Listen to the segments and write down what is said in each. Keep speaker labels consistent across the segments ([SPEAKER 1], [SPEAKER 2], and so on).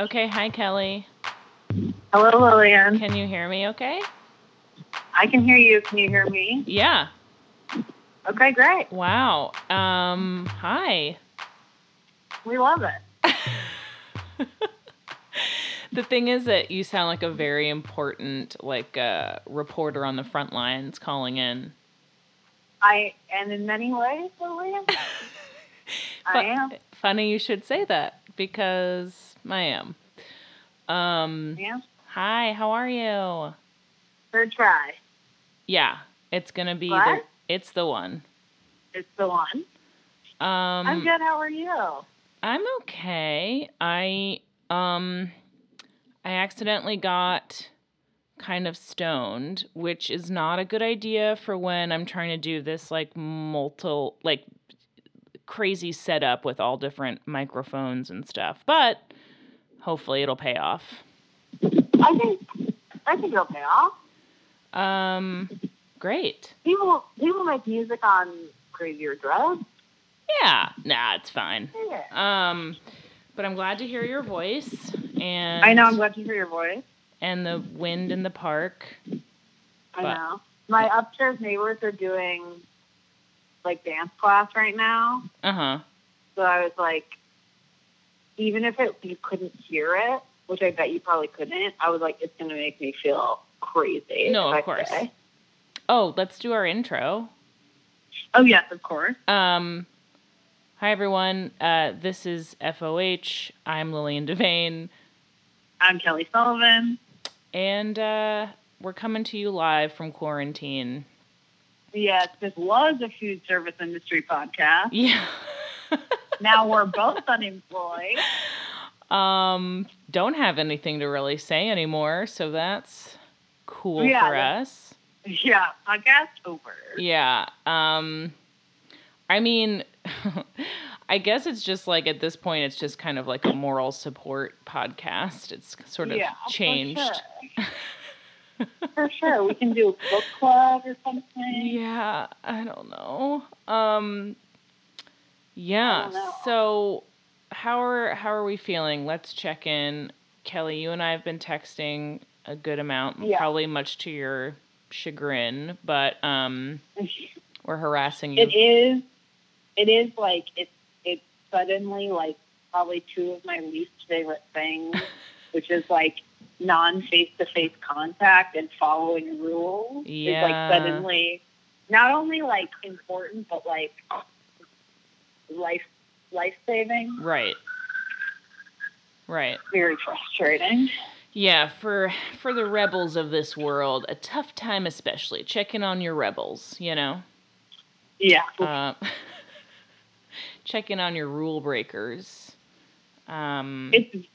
[SPEAKER 1] Okay, hi Kelly.
[SPEAKER 2] Hello, Lillian.
[SPEAKER 1] Can you hear me okay?
[SPEAKER 2] I can hear you. Can you hear me?
[SPEAKER 1] Yeah.
[SPEAKER 2] Okay, great.
[SPEAKER 1] Wow. Um hi.
[SPEAKER 2] We love it.
[SPEAKER 1] The thing is that you sound like a very important like uh reporter on the front lines calling in.
[SPEAKER 2] I and in many ways, Lillian, I
[SPEAKER 1] Fu-
[SPEAKER 2] am.
[SPEAKER 1] Funny you should say that because I am. Um
[SPEAKER 2] Yeah,
[SPEAKER 1] hi, how are you?
[SPEAKER 2] third try.
[SPEAKER 1] Yeah, it's going to be the,
[SPEAKER 2] What?
[SPEAKER 1] it's the one.
[SPEAKER 2] It's the one.
[SPEAKER 1] Um
[SPEAKER 2] I'm good. How are you?
[SPEAKER 1] I'm okay. I um I accidentally got kind of stoned, which is not a good idea for when I'm trying to do this like multiple like crazy setup with all different microphones and stuff. But hopefully it'll pay off.
[SPEAKER 2] I think I think it'll pay off.
[SPEAKER 1] Um great.
[SPEAKER 2] People people make music on crazier drugs.
[SPEAKER 1] Yeah. Nah, it's fine.
[SPEAKER 2] Yeah.
[SPEAKER 1] Um but I'm glad to hear your voice and
[SPEAKER 2] I know. I'm glad to hear your voice.
[SPEAKER 1] and the wind in the park.
[SPEAKER 2] I
[SPEAKER 1] But-
[SPEAKER 2] know. My upstairs neighbors are doing like dance class right now,
[SPEAKER 1] Uh-huh.
[SPEAKER 2] so I was like, even if it you couldn't hear it, which I bet you probably couldn't, I was like, it's gonna make me feel crazy.
[SPEAKER 1] No,
[SPEAKER 2] if
[SPEAKER 1] of
[SPEAKER 2] I
[SPEAKER 1] course.
[SPEAKER 2] stay.
[SPEAKER 1] Oh, let's do our intro.
[SPEAKER 2] Oh yes, of course.
[SPEAKER 1] Um, hi, everyone. Uh, this is FOH. I'm Lillian Devane,
[SPEAKER 2] I'm Kelly Sullivan.
[SPEAKER 1] and uh, we're coming to you live from quarantine.
[SPEAKER 2] Yes, this was a food service industry podcast.
[SPEAKER 1] Yeah.
[SPEAKER 2] Now we're both unemployed.
[SPEAKER 1] Um, don't have anything to really say anymore, so that's cool
[SPEAKER 2] Yeah,
[SPEAKER 1] for
[SPEAKER 2] that's-
[SPEAKER 1] us.
[SPEAKER 2] Yeah, podcast over.
[SPEAKER 1] Yeah. Um I mean I guess it's just like at this point it's just kind of like a moral support podcast. It's sort of
[SPEAKER 2] yeah, for
[SPEAKER 1] changed.
[SPEAKER 2] sure. For sure, we can do a book club or something.
[SPEAKER 1] Yeah, I don't know. Um yeah.
[SPEAKER 2] don't know.
[SPEAKER 1] So how are how are we feeling? Let's check in. Kelly, you and I have been texting a good amount,
[SPEAKER 2] Yeah.
[SPEAKER 1] probably much to your chagrin, but um we're harassing you.
[SPEAKER 2] It is, it is like it's it's suddenly like probably two of my least favorite things, which is like non face to face contact and following rules. Is
[SPEAKER 1] Yeah.
[SPEAKER 2] like suddenly not only like important but like life life saving.
[SPEAKER 1] Right. Right.
[SPEAKER 2] Very frustrating.
[SPEAKER 1] Yeah, for for the rebels of this world, a tough time especially. Check in on your rebels, you know.
[SPEAKER 2] Yeah.
[SPEAKER 1] Uh, check in on your rule breakers. Um
[SPEAKER 2] it's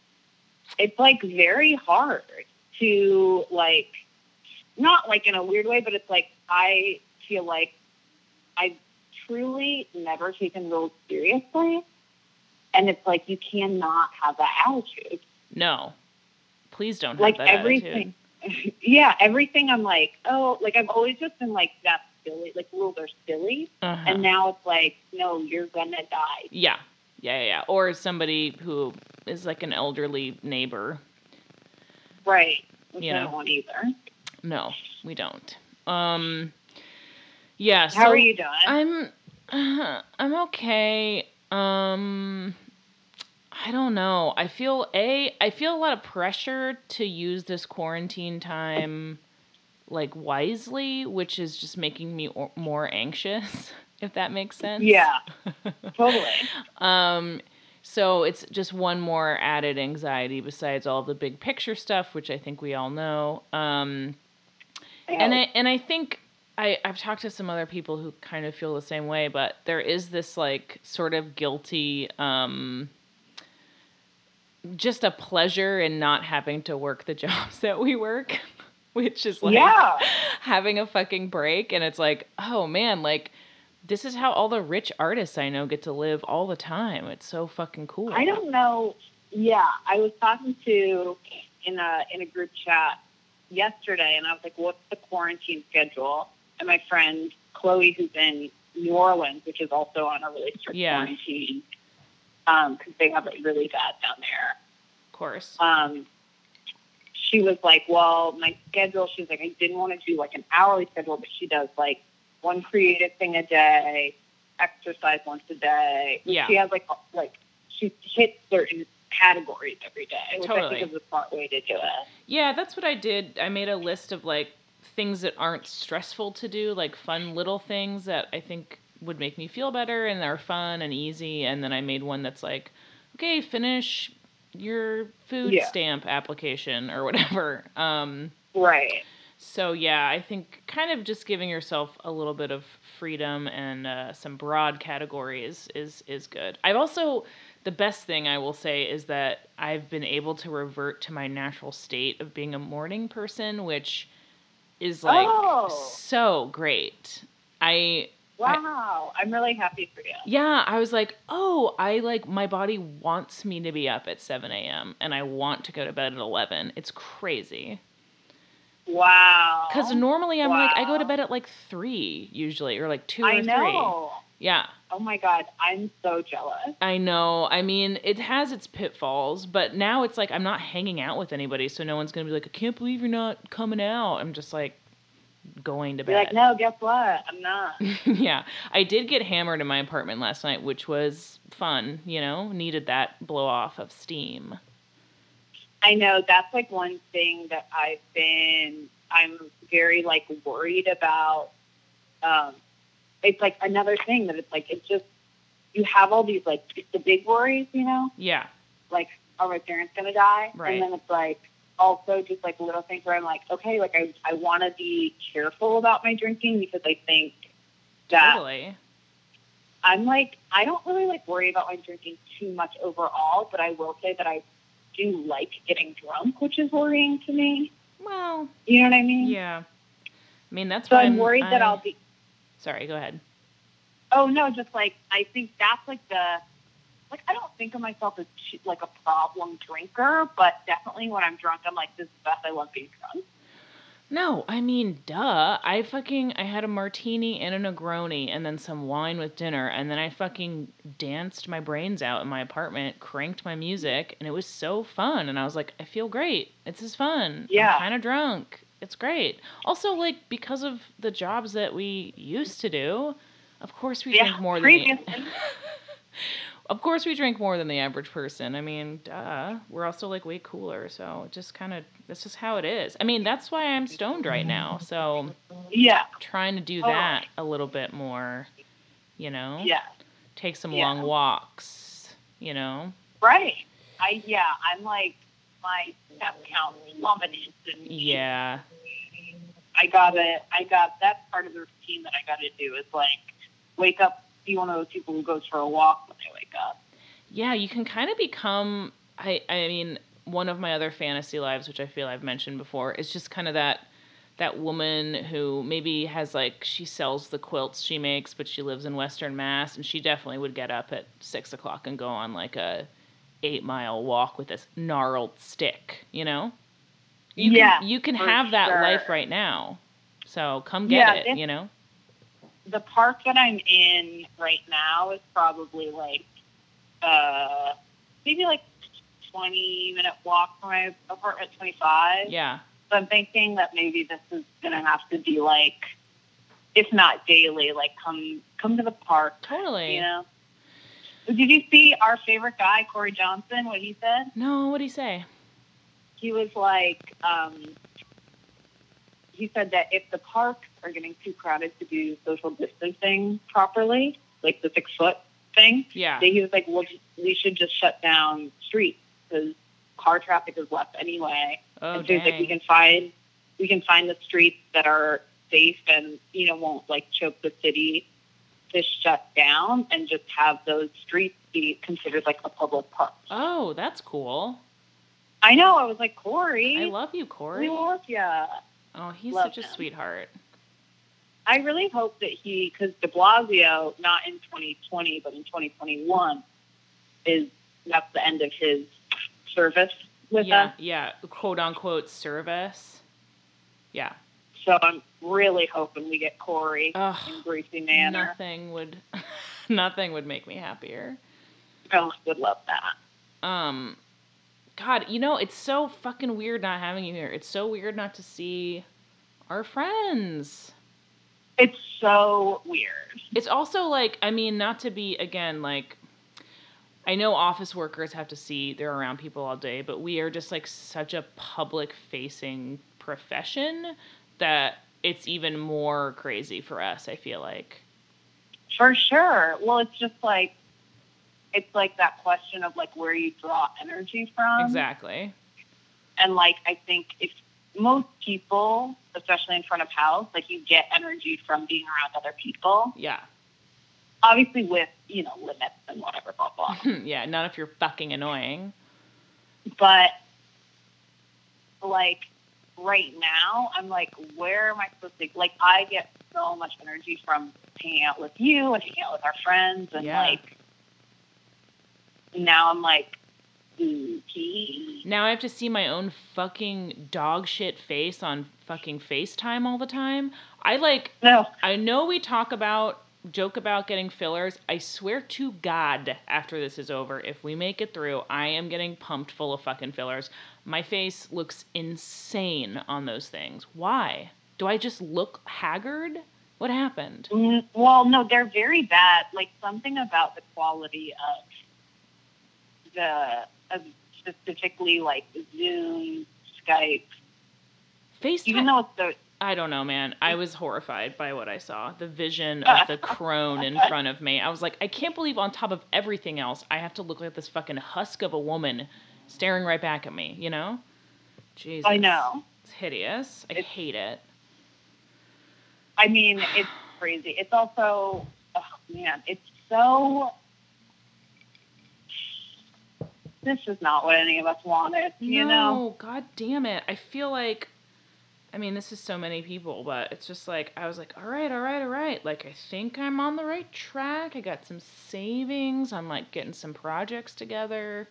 [SPEAKER 2] it's like very hard to like not like in a weird way, but it's like I feel like I've truly never taken rules seriously. And it's like you cannot have that attitude.
[SPEAKER 1] no. Please don't have
[SPEAKER 2] Like
[SPEAKER 1] that
[SPEAKER 2] everything yeah, everything I'm like, oh like I've always just been like that's silly like rules are silly.
[SPEAKER 1] attitude. Uh-huh.
[SPEAKER 2] And now it's like, no, you're gonna die.
[SPEAKER 1] yeah. Yeah, yeah, yeah. Or somebody who is like an elderly neighbor.
[SPEAKER 2] Right. Which
[SPEAKER 1] You
[SPEAKER 2] I
[SPEAKER 1] know.
[SPEAKER 2] don't want either.
[SPEAKER 1] No, we don't. Um yeah,
[SPEAKER 2] How
[SPEAKER 1] so
[SPEAKER 2] are you doing?
[SPEAKER 1] I'm uh, I'm okay. Um I don't know. I feel a I feel a lot of pressure to use this quarantine time like wisely, which is just making me or- more anxious, if that makes sense.
[SPEAKER 2] yeah. totally.
[SPEAKER 1] Um so it's just one more added anxiety besides all the big picture stuff, which I think we all know. Um
[SPEAKER 2] Oh.
[SPEAKER 1] and I and I think I, I've talked to some other people who kind of feel the same way, but there is this like sort of guilty, um, just a pleasure in not having to work the jobs that we work, which is like
[SPEAKER 2] yeah.
[SPEAKER 1] having a fucking break. And it's like, oh man, like this is how all the rich artists I know get to live all the time. It's so fucking cool.
[SPEAKER 2] I don't know. Yeah, I was talking to in a in a group chat yesterday, and I was like, "What's the quarantine schedule?" And my friend Chloe, who's in New Orleans, which is also on a really strict
[SPEAKER 1] Yeah.
[SPEAKER 2] quarantine, because they have it really bad down there.
[SPEAKER 1] Of course.
[SPEAKER 2] Um, she was like, well, my schedule, she was like, I didn't want to do like an hourly schedule, but she does like one creative thing a day, exercise once a day.
[SPEAKER 1] Yeah.
[SPEAKER 2] She has like, like she hits certain categories every day, which I
[SPEAKER 1] Totally.
[SPEAKER 2] think is a smart way to do it.
[SPEAKER 1] Yeah, that's what I did. I made a list of like things that aren't stressful to do, like fun little things that I think would make me feel better and are fun and easy. And then I made one that's like, okay, finish your food
[SPEAKER 2] Yeah.
[SPEAKER 1] stamp application or whatever. Um,
[SPEAKER 2] Right.
[SPEAKER 1] so yeah, I think kind of just giving yourself a little bit of freedom and uh, some broad categories is is good. I've also the best thing I will say is that I've been able to revert to my natural state of being a morning person, which is like
[SPEAKER 2] Oh.
[SPEAKER 1] so great. I
[SPEAKER 2] Wow. I'm really happy for you.
[SPEAKER 1] yeah, I was like, oh, I like my body wants me to be up at seven a.m. and I want to go to bed at eleven. It's crazy.
[SPEAKER 2] Wow.
[SPEAKER 1] Because normally I'm like I go to
[SPEAKER 2] Oh, Wow.
[SPEAKER 1] bed at like three usually or like two
[SPEAKER 2] I
[SPEAKER 1] or
[SPEAKER 2] know.
[SPEAKER 1] three. Yeah,
[SPEAKER 2] Oh my God. I'm so jealous.
[SPEAKER 1] I know. I mean, it has its pitfalls, but now it's like I'm not hanging out with anybody, so no one's gonna be like, I can't believe you're not coming out. I'm just like going to
[SPEAKER 2] You're like,
[SPEAKER 1] bed.
[SPEAKER 2] no, guess what? I'm not.
[SPEAKER 1] yeah, I did get hammered in my apartment last night, which was fun. You know, needed that blow off of steam.
[SPEAKER 2] I know that's like one thing that I've been I'm very like worried about. Um, it's like another thing that it's like it's just you have all these like the big worries, you know,
[SPEAKER 1] Yeah,
[SPEAKER 2] like are my parents gonna die?
[SPEAKER 1] Right.
[SPEAKER 2] And then it's like also just like little things where I'm like, okay, like I I want to be careful about my drinking because I think that
[SPEAKER 1] totally.
[SPEAKER 2] I'm like, I don't really like worry about my drinking too much overall, but I will say that I do like getting drunk, which is worrying to me.
[SPEAKER 1] Well,
[SPEAKER 2] You know what I mean?
[SPEAKER 1] yeah. I mean, that's
[SPEAKER 2] So
[SPEAKER 1] why
[SPEAKER 2] I'm worried that
[SPEAKER 1] I-
[SPEAKER 2] I'll be.
[SPEAKER 1] Sorry, go ahead.
[SPEAKER 2] Oh no, just like I think that's like the, like I don't think of myself as ch- like a problem drinker, but definitely when I'm drunk, I'm like, this is the best. I love being drunk.
[SPEAKER 1] No, I mean, duh. I fucking I had a martini and a Negroni and then some wine with dinner and then I fucking danced my brains out in my apartment, cranked my music, and it was so fun. And I was like, I feel great. This is fun.
[SPEAKER 2] Yeah.
[SPEAKER 1] I'm kind of drunk. It's great. Also, like because of the jobs that we used to do, of course we drink more than the,
[SPEAKER 2] previously.
[SPEAKER 1] of course we drink more than the average person. I mean, duh. We're also like way cooler, so it just kind of that's just how it is. I mean, that's why I'm stoned right now. So
[SPEAKER 2] yeah,
[SPEAKER 1] trying to do
[SPEAKER 2] Totally.
[SPEAKER 1] that a little bit more, you know?
[SPEAKER 2] Oh. yeah,
[SPEAKER 1] Take some
[SPEAKER 2] Yeah.
[SPEAKER 1] long walks, you know?
[SPEAKER 2] right. I yeah, I'm like my step count plummeted. and-
[SPEAKER 1] Yeah.
[SPEAKER 2] I gotta, I got that's part of the routine that I gotta do is like wake up, be one of those people who goes for a walk when they wake up.
[SPEAKER 1] Yeah, you can kind of become I I mean, one of my other fantasy lives, which I feel I've mentioned before, is just kind of that that woman who maybe has like she sells the quilts she makes, but she lives in Western Mass, and she definitely would get up at six o'clock and go on like a eight mile walk with this gnarled stick, you know? You
[SPEAKER 2] Yeah,
[SPEAKER 1] can, you can
[SPEAKER 2] for
[SPEAKER 1] have that
[SPEAKER 2] sure.
[SPEAKER 1] life right now. So come get
[SPEAKER 2] Yeah,
[SPEAKER 1] it,
[SPEAKER 2] it's-
[SPEAKER 1] you know?
[SPEAKER 2] The park that I'm in right now is probably like uh maybe like twenty minute walk from my apartment twenty five.
[SPEAKER 1] Yeah.
[SPEAKER 2] So I'm thinking that maybe this is gonna have to be like if not daily, like come come to the park.
[SPEAKER 1] Totally.
[SPEAKER 2] You know. Did you see our favorite guy, Corey Johnson, what he said?
[SPEAKER 1] No, what do you say?
[SPEAKER 2] he was like, um, he said that if the parks are getting too crowded to do social distancing properly, like the six foot thing,
[SPEAKER 1] Yeah.
[SPEAKER 2] that he was like, well, we should just shut down streets because car traffic is less anyway.
[SPEAKER 1] Oh,
[SPEAKER 2] and so he's like, we
[SPEAKER 1] dang.
[SPEAKER 2] can find, we can find the streets that are safe and you know won't like choke the city to shut down, and just have those streets be considered like a public park.
[SPEAKER 1] Oh, that's cool.
[SPEAKER 2] I know. I was like, Corey,
[SPEAKER 1] I love you, Corey.
[SPEAKER 2] we work ya.
[SPEAKER 1] Oh, he's
[SPEAKER 2] Love
[SPEAKER 1] such a
[SPEAKER 2] him.
[SPEAKER 1] sweetheart.
[SPEAKER 2] I really hope that he, because De Blasio, not in 2020, but in 2021, is that's the end of his service with
[SPEAKER 1] yeah,
[SPEAKER 2] us.
[SPEAKER 1] yeah, quote unquote service. Yeah.
[SPEAKER 2] So I'm really hoping we get Corey
[SPEAKER 1] Ugh,
[SPEAKER 2] in Greasy Manor.
[SPEAKER 1] nothing would, nothing would make me happier.
[SPEAKER 2] Someone would love that.
[SPEAKER 1] Um, God, you know, it's so fucking weird not having you here. It's so weird not to see our friends.
[SPEAKER 2] It's so weird.
[SPEAKER 1] It's also like, I mean, not to be again like I know office workers have to see they're around people all day, but we are just like such a public facing profession that it's even more crazy for us, I feel like.
[SPEAKER 2] For sure. Well, it's just like it's like that question of like where you draw energy from.
[SPEAKER 1] exactly.
[SPEAKER 2] And like I think if most people, especially in front of house, like you get energy from being around other people.
[SPEAKER 1] Yeah.
[SPEAKER 2] Obviously with, you know, limits and whatever, blah blah.
[SPEAKER 1] yeah, not if you're fucking annoying.
[SPEAKER 2] but like right now i'm like where am i supposed to like i get so much energy from hanging out with you and hanging out with our friends and
[SPEAKER 1] Yeah.
[SPEAKER 2] like now i'm like "Mm, "Okay."
[SPEAKER 1] Now I have to see my own fucking dog shit face on fucking FaceTime all the time. I like
[SPEAKER 2] no
[SPEAKER 1] I know we talk about joke about getting fillers. I swear to God, after this is over, if we make it through, I am getting pumped full of fucking fillers. My face looks insane on those things. Why? Do I just look haggard? What happened?
[SPEAKER 2] Mm, well no they're very bad like something about the quality of the of specifically like zoom skype
[SPEAKER 1] FaceTime.
[SPEAKER 2] even though it's the
[SPEAKER 1] I don't know, man. I was horrified by what I saw. The vision of the crone in front of me. I was like, I can't believe on top of everything else, I have to look like this fucking husk of a woman staring right back at me, you know? Jesus.
[SPEAKER 2] i know
[SPEAKER 1] It's hideous. I
[SPEAKER 2] It's-
[SPEAKER 1] hate it.
[SPEAKER 2] I mean, it's crazy. It's also, oh man, it's so. This is not what any of us wanted, you know?
[SPEAKER 1] No, God damn it. I feel like, I mean, this is so many people, but it's just like, I was like, all right, all right, all right. Like, I think I'm on the right track. I got some savings. I'm like getting some projects together.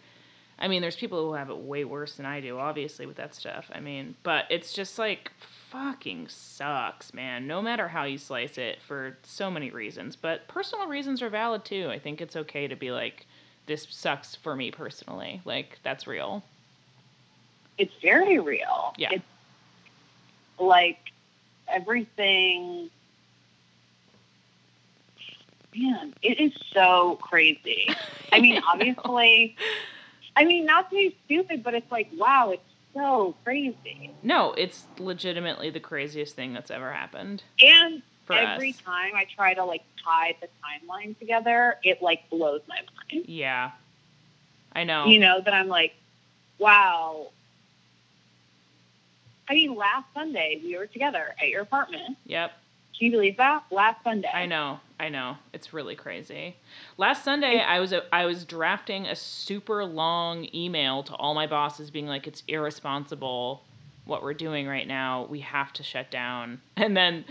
[SPEAKER 1] I mean, there's people who have it way worse than I do, obviously, with that stuff. I mean, but it's just like fucking sucks, man. No matter how you slice it for so many reasons, but personal reasons are valid too. I think it's okay to be like, this sucks for me personally. Like, that's real.
[SPEAKER 2] It's very real.
[SPEAKER 1] Yeah.
[SPEAKER 2] It's like everything. Man, it is so crazy. I mean, obviously, I mean, not to be stupid, but it's like, wow, it's so crazy.
[SPEAKER 1] No, it's legitimately the craziest thing that's ever happened
[SPEAKER 2] And
[SPEAKER 1] for
[SPEAKER 2] every
[SPEAKER 1] us.
[SPEAKER 2] time I try to like tie the timeline together, it like blows my mind.
[SPEAKER 1] Yeah. I know.
[SPEAKER 2] You know, that I'm like, wow. I mean, last Sunday we were together at your apartment.
[SPEAKER 1] Yep.
[SPEAKER 2] Can you believe that? Last Sunday.
[SPEAKER 1] I know. I know. It's really crazy. Last Sunday, I was I was drafting a super long email to all my bosses being like it's irresponsible what we're doing right now. We have to shut down. And then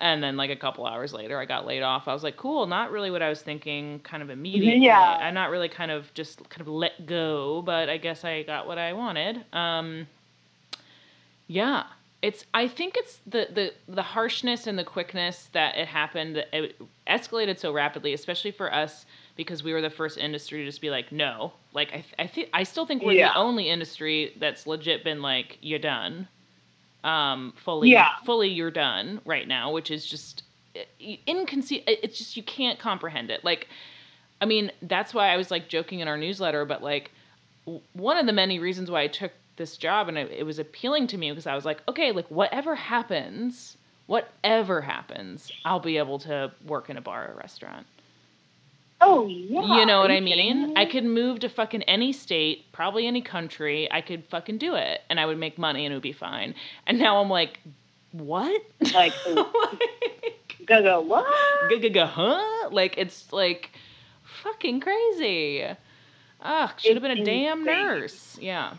[SPEAKER 1] and then like a couple hours later, I got laid off. I was like, "Cool, not really what I was thinking kind of immediately.
[SPEAKER 2] Yeah.
[SPEAKER 1] I'm not really kind of just kind of let go, but I guess I got what I wanted." Um yeah. It's I think it's the the the harshness and the quickness that it happened that it escalated so rapidly, especially for us because we were the first industry to just be like, no. Like I th- I think I still think we're
[SPEAKER 2] Yeah.
[SPEAKER 1] the only industry that's legit been like you're done. Um fully
[SPEAKER 2] Yeah.
[SPEAKER 1] fully you're done right now, which is just inconceivable. It's just you can't comprehend it. Like I mean, that's why I was like joking in our newsletter, but like w- one of the many reasons why I took this job and it, it was appealing to me because I was like, okay, like whatever happens, whatever happens, I'll be able to work in a bar or restaurant.
[SPEAKER 2] Oh, yeah.
[SPEAKER 1] you know what
[SPEAKER 2] Are
[SPEAKER 1] I
[SPEAKER 2] kidding
[SPEAKER 1] mean?
[SPEAKER 2] me?
[SPEAKER 1] I could move to fucking any state, probably any country. I could fucking do it and I would make money and it would be fine. And now I'm like, what?
[SPEAKER 2] Like,
[SPEAKER 1] like,
[SPEAKER 2] go, go, what?
[SPEAKER 1] G- g- g- huh? Like it's like fucking crazy. Ugh, should have been a
[SPEAKER 2] It's
[SPEAKER 1] damn
[SPEAKER 2] insane.
[SPEAKER 1] nurse. Yeah.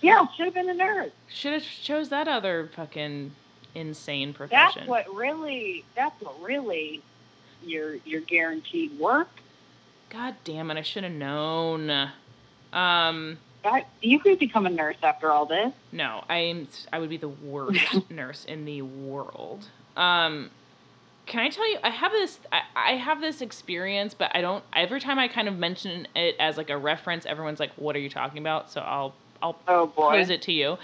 [SPEAKER 2] Yeah, should have been a nurse.
[SPEAKER 1] Should have chose that other fucking insane
[SPEAKER 2] That's
[SPEAKER 1] profession.
[SPEAKER 2] what really, that's what really your, your guaranteed work.
[SPEAKER 1] God damn it, I should have known. Um
[SPEAKER 2] That, you could become a nurse after all this.
[SPEAKER 1] no, I'm I would be the worst nurse in the world. Um Can I tell you? I have this. I, I have this experience, but I don't. Every time I kind of mention it as like a reference, everyone's like, "What are you talking about?" So I'll I'll
[SPEAKER 2] Oh boy.
[SPEAKER 1] pose it to you.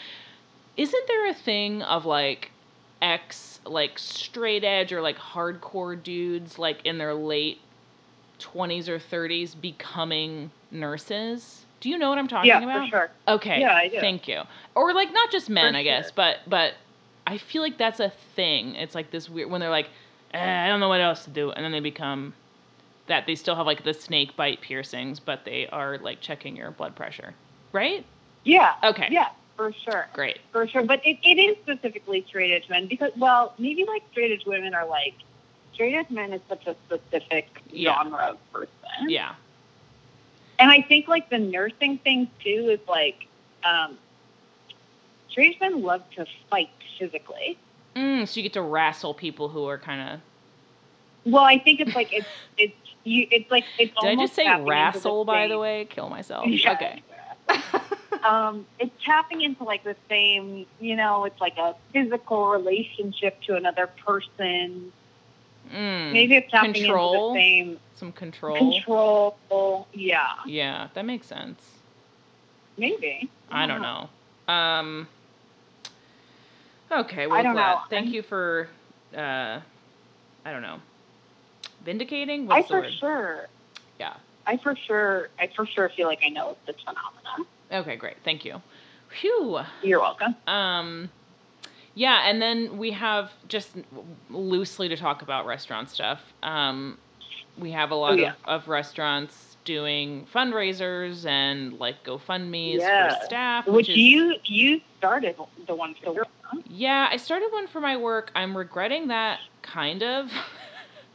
[SPEAKER 1] Isn't there a thing of like ex like straight edge or like hardcore dudes like in their late twenties or thirties becoming nurses? Do you know what I'm talking
[SPEAKER 2] yeah,
[SPEAKER 1] about?
[SPEAKER 2] for sure.
[SPEAKER 1] Okay.
[SPEAKER 2] Yeah, I do.
[SPEAKER 1] Thank you. Or like not just men,
[SPEAKER 2] For
[SPEAKER 1] I guess,
[SPEAKER 2] sure.
[SPEAKER 1] but but I feel like that's a thing. It's like this weird when they're like, eh, I don't know what else to do, and then they become that they still have like the snake bite piercings, but they are like checking your blood pressure, right?
[SPEAKER 2] Yeah.
[SPEAKER 1] Okay.
[SPEAKER 2] Yeah, for sure.
[SPEAKER 1] Great.
[SPEAKER 2] For sure. But it, it is specifically straight edge men because, well, maybe like straight edge women are like, straight edge men is such a specific
[SPEAKER 1] Yeah.
[SPEAKER 2] genre of person.
[SPEAKER 1] Yeah.
[SPEAKER 2] And I think like the nursing thing too is like, um, straight edge men love to fight physically.
[SPEAKER 1] Mm, so you get to wrestle people who are kind of.
[SPEAKER 2] Well, I think it's like, it's, it's, you, it's like, it's
[SPEAKER 1] Did I
[SPEAKER 2] almost
[SPEAKER 1] just say
[SPEAKER 2] tapping into
[SPEAKER 1] wrestle? By the
[SPEAKER 2] same-
[SPEAKER 1] way, kill myself.
[SPEAKER 2] Yeah.
[SPEAKER 1] Okay.
[SPEAKER 2] um, it's tapping into like the same, you know, it's like a physical relationship to another person.
[SPEAKER 1] Mm,
[SPEAKER 2] Maybe it's tapping
[SPEAKER 1] Control.
[SPEAKER 2] into the same
[SPEAKER 1] some control.
[SPEAKER 2] control. Yeah,
[SPEAKER 1] Yeah, that makes sense.
[SPEAKER 2] maybe.
[SPEAKER 1] I don't
[SPEAKER 2] Oh.
[SPEAKER 1] know. Um. Okay.
[SPEAKER 2] I
[SPEAKER 1] Well,
[SPEAKER 2] don't
[SPEAKER 1] glad-
[SPEAKER 2] know.
[SPEAKER 1] Thank
[SPEAKER 2] I'm-
[SPEAKER 1] you for. Uh, I don't know. Vindicating.
[SPEAKER 2] I
[SPEAKER 1] What's the
[SPEAKER 2] for
[SPEAKER 1] word?
[SPEAKER 2] sure.
[SPEAKER 1] Yeah.
[SPEAKER 2] I for sure. I for sure feel like I know this phenomenon.
[SPEAKER 1] Okay. Great. Thank you. Phew.
[SPEAKER 2] You're welcome.
[SPEAKER 1] Um, yeah, and then we have just loosely to talk about restaurant stuff. Um, we have a lot
[SPEAKER 2] Oh, yeah.
[SPEAKER 1] of, of restaurants doing fundraisers and like GoFundmes
[SPEAKER 2] Yeah.
[SPEAKER 1] for staff,
[SPEAKER 2] Which
[SPEAKER 1] is,
[SPEAKER 2] you you started the one for the
[SPEAKER 1] yeah, I started one for my work. I'm regretting that kind of.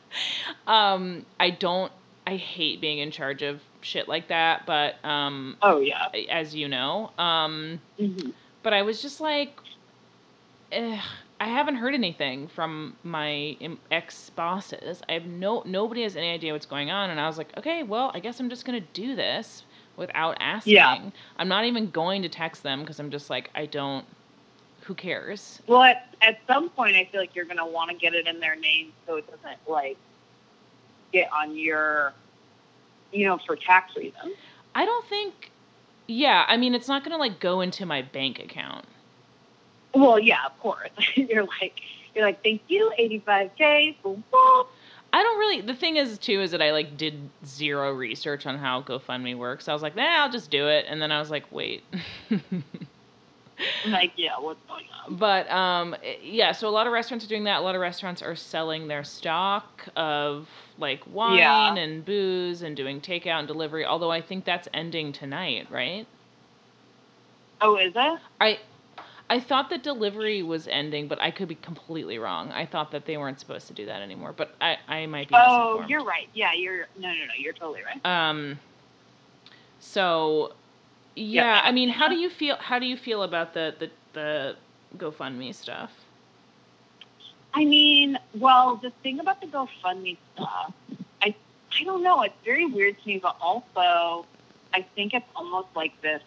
[SPEAKER 1] um, I don't. I hate being in charge of shit like that, but um,
[SPEAKER 2] Oh yeah.
[SPEAKER 1] as you know, um,
[SPEAKER 2] hmm
[SPEAKER 1] but I was just like, Ugh, I haven't heard anything from my ex bosses. I have no nobody has any idea what's going on, and I was like, okay, well, I guess I'm just gonna do this without asking.
[SPEAKER 2] Yeah.
[SPEAKER 1] I'm not even going to text them because I'm just like, I don't. Who cares?
[SPEAKER 2] Well, at, at some point, I feel like you're going to want to get it in their name so it doesn't like get on your, you know, for tax reasons.
[SPEAKER 1] I don't think. Yeah, I mean, it's not gonna like go into my bank account.
[SPEAKER 2] Well, yeah, of course. you're like, you're like, thank you, 85k. boom, boom."
[SPEAKER 1] I don't really. The thing is, too, is that I like did zero research on how GoFundMe works. I was like, nah, I'll just do it, and then I was like, wait.
[SPEAKER 2] I'm Like, yeah, what's going on?
[SPEAKER 1] But um, i- yeah, so a lot of restaurants are doing that. A lot of restaurants are selling their stock of like wine
[SPEAKER 2] Yeah.
[SPEAKER 1] and booze and doing takeout and delivery. Although I think that's ending tonight, right?
[SPEAKER 2] Oh, is it?
[SPEAKER 1] I I thought that delivery was ending, but I could be completely wrong. I thought that they weren't supposed to do that anymore, but I I might be
[SPEAKER 2] Oh,
[SPEAKER 1] misinformed.
[SPEAKER 2] you're right. Yeah, you're, no, no, no, you're totally right.
[SPEAKER 1] Um. So, yeah,
[SPEAKER 2] Yeah.
[SPEAKER 1] I mean, how do you feel? How do you feel about the the the GoFundMe stuff?
[SPEAKER 2] I mean, well, the thing about the GoFundMe stuff, I I don't know. It's very weird to me, but also, I think it's almost like this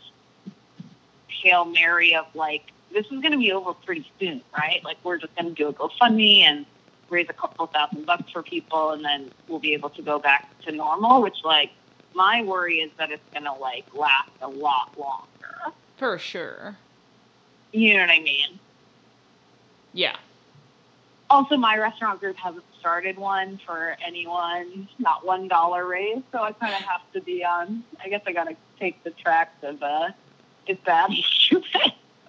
[SPEAKER 2] hail mary of like this is going to be over pretty soon, right? Like we're just going to do a GoFundMe and raise a couple thousand bucks for people, and then we'll be able to go back to normal. Which, like, my worry is that it's going to like last a lot longer.
[SPEAKER 1] For sure.
[SPEAKER 2] You know what I mean?
[SPEAKER 1] Yeah.
[SPEAKER 2] Also, my restaurant group hasn't started one for anyone, not one dollar raise. So I kind of have to be on. I guess I gotta take the tracks of uh, it's bad.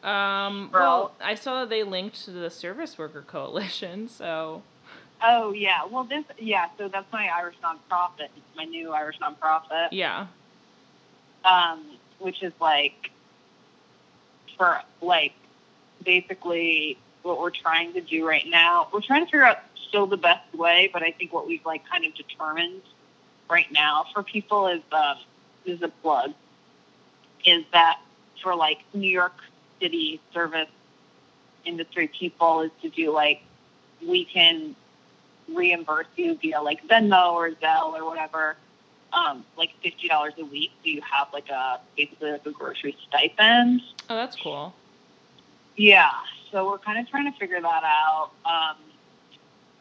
[SPEAKER 1] Um,
[SPEAKER 2] Or
[SPEAKER 1] well,
[SPEAKER 2] I'll-
[SPEAKER 1] I saw that they linked to the Service Worker Coalition, so
[SPEAKER 2] oh yeah, well this yeah. So that's my Irish nonprofit. It's my new Irish nonprofit,
[SPEAKER 1] yeah.
[SPEAKER 2] um, which is like for like basically what we're trying to do right now. We're trying to figure out still the best way, but I think what we've like kind of determined right now for people is um, is a plug is that for like New York City service industry people is to do like we can reimburse you via like Venmo or Zelle or whatever, um, like fifty dollars a week. So you have like a basically like a grocery stipend.
[SPEAKER 1] Oh, that's cool.
[SPEAKER 2] Yeah. So we're kind of trying to figure that out. Um,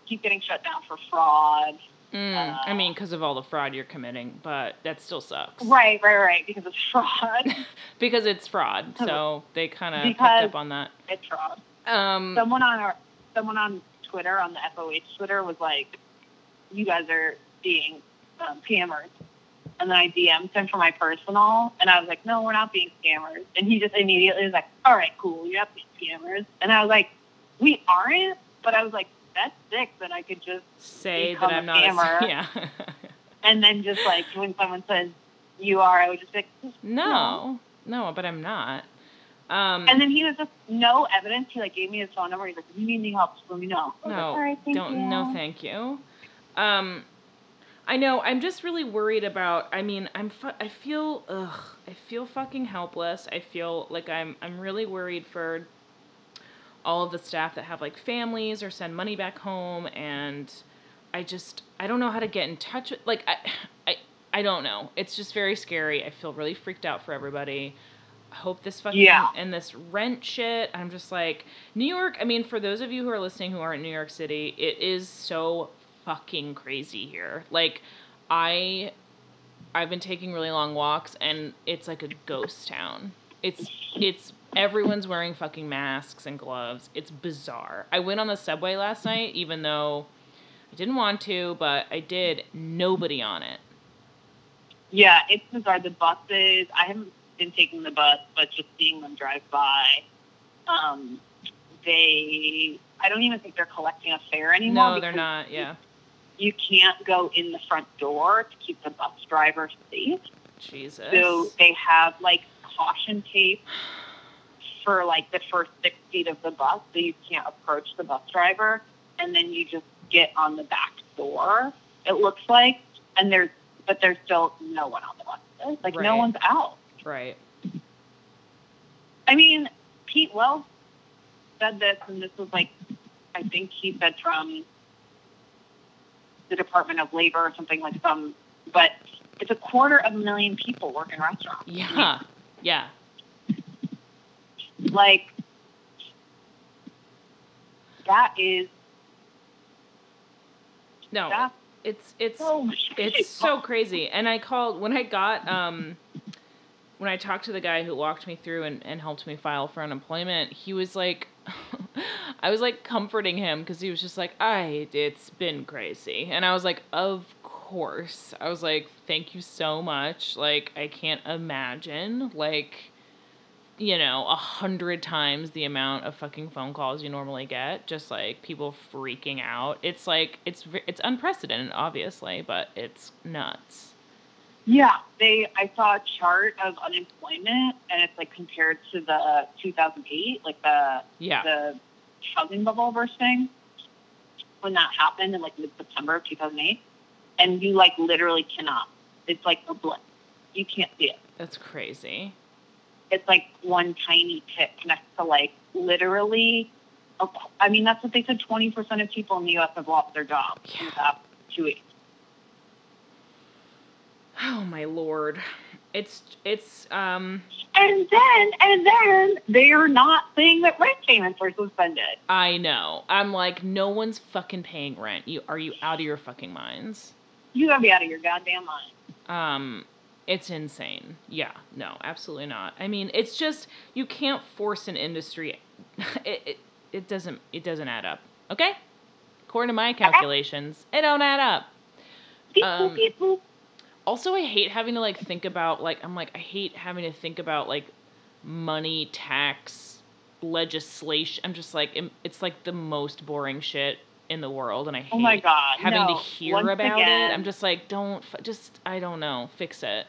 [SPEAKER 2] keep getting shut down for fraud.
[SPEAKER 1] Mm, I mean, because of all the fraud you're committing, but that still sucks.
[SPEAKER 2] Right, right, right. Because it's fraud.
[SPEAKER 1] Because it's fraud. So they kind of picked
[SPEAKER 2] Oh. Because-
[SPEAKER 1] up on that.
[SPEAKER 2] it's fraud.
[SPEAKER 1] Um,
[SPEAKER 2] Someone on our, someone on Twitter on the FOH Twitter was like, "You guys are being um, scammers." And then I DM'd him for my personal, and I was like, "No, we're not being scammers." And he just immediately was like, "All right, cool, you're not being scammers." And I was like, "We aren't," but I was like, "That's sick that I could just."
[SPEAKER 1] say that
[SPEAKER 2] become
[SPEAKER 1] I'm
[SPEAKER 2] a
[SPEAKER 1] not. A,
[SPEAKER 2] scammer.
[SPEAKER 1] yeah.
[SPEAKER 2] And then just like when someone says you are, I would just be like,
[SPEAKER 1] no, no, but I'm not. Um,
[SPEAKER 2] And then he was just no evidence. He like gave me his phone number. He's like, "If you need any help, just let me know." I was like,
[SPEAKER 1] No,
[SPEAKER 2] "All right, thank
[SPEAKER 1] don't
[SPEAKER 2] you."
[SPEAKER 1] no thank you um i know i'm just really worried about i mean i'm fu- i feel ugh i feel fucking helpless i feel like i'm i'm really worried for all of the staff that have like families or send money back home and i just i don't know how to get in touch with like i i, I don't know it's just very scary i feel really freaked out for everybody hope this fucking
[SPEAKER 2] Yeah.
[SPEAKER 1] and this rent shit i'm just like New York, I mean, for those of you who are listening who aren't in New York City, it is so fucking crazy here. Like, I, I've been taking really long walks, and it's like a ghost town. It's it's everyone's wearing fucking masks and gloves. It's bizarre. I went on the subway last night, even though I didn't want to, but I did. Nobody on it.
[SPEAKER 2] Yeah, it's bizarre. The buses. I haven't been taking the bus, but just seeing them drive by. Um, they. I don't even think they're collecting a fare anymore.
[SPEAKER 1] No, they're
[SPEAKER 2] because
[SPEAKER 1] not. Yeah.
[SPEAKER 2] You can't go in the front door to keep the bus driver safe.
[SPEAKER 1] Jesus.
[SPEAKER 2] So they have like caution tape for like the first six feet of the bus, so you can't approach the bus driver. And then you just get on the back door. It looks like, and there's but there's still no one on the bus. Like
[SPEAKER 1] Right.
[SPEAKER 2] no one's out.
[SPEAKER 1] Right.
[SPEAKER 2] I mean, Pete Wells said this, and this was like, I think he said from the Department of Labor or something like some, but it's a quarter of a million people work in restaurants.
[SPEAKER 1] Yeah. Yeah.
[SPEAKER 2] like that is
[SPEAKER 1] No.
[SPEAKER 2] that's
[SPEAKER 1] It's it's
[SPEAKER 2] so much
[SPEAKER 1] it's so crazy. And I called when I got um when I talked to the guy who walked me through and, and helped me file for unemployment, he was like I was like comforting him because he was just like, I it's been crazy. And I was like, Of course. I was like, Thank you so much. Like, I can't imagine like you know, a hundred times the amount of fucking phone calls you normally get, just like people freaking out. It's like it's ve- it's unprecedented, obviously, but it's nuts.
[SPEAKER 2] yeah they i saw a chart of unemployment and it's like compared to the 2008 like the
[SPEAKER 1] Yeah,
[SPEAKER 2] the housing bubble bursting when that happened in like mid september of 2008 and you like literally cannot it's like a blip you can't see it
[SPEAKER 1] that's crazy.
[SPEAKER 2] it's like one tiny tick next to like literally a qu- I mean that's what they said 20% of people in the US have lost their jobs in the past two weeks.
[SPEAKER 1] Oh my lord, it's it's um
[SPEAKER 2] And then and then they are not saying that rent payments are suspended.
[SPEAKER 1] I know. I'm like no one's fucking paying rent. You are you out of your fucking minds?
[SPEAKER 2] You gotta be out of your goddamn mind.
[SPEAKER 1] Um, it's insane. Yeah, no, absolutely not. I mean, it's just you can't force an industry. It it, it doesn't it doesn't add up. Okay, according to my calculations, it don't add up.
[SPEAKER 2] Beep,
[SPEAKER 1] Um,
[SPEAKER 2] boop, beep, boop.
[SPEAKER 1] Also, I hate having to like think about like I'm like I hate having to think about like money tax legislation. I'm just like im- it's like the most boring shit in the world, and I hate
[SPEAKER 2] Oh my god.
[SPEAKER 1] having
[SPEAKER 2] no.
[SPEAKER 1] to hear
[SPEAKER 2] Once
[SPEAKER 1] about
[SPEAKER 2] again,
[SPEAKER 1] it. I'm just like don't f- just I don't know fix it.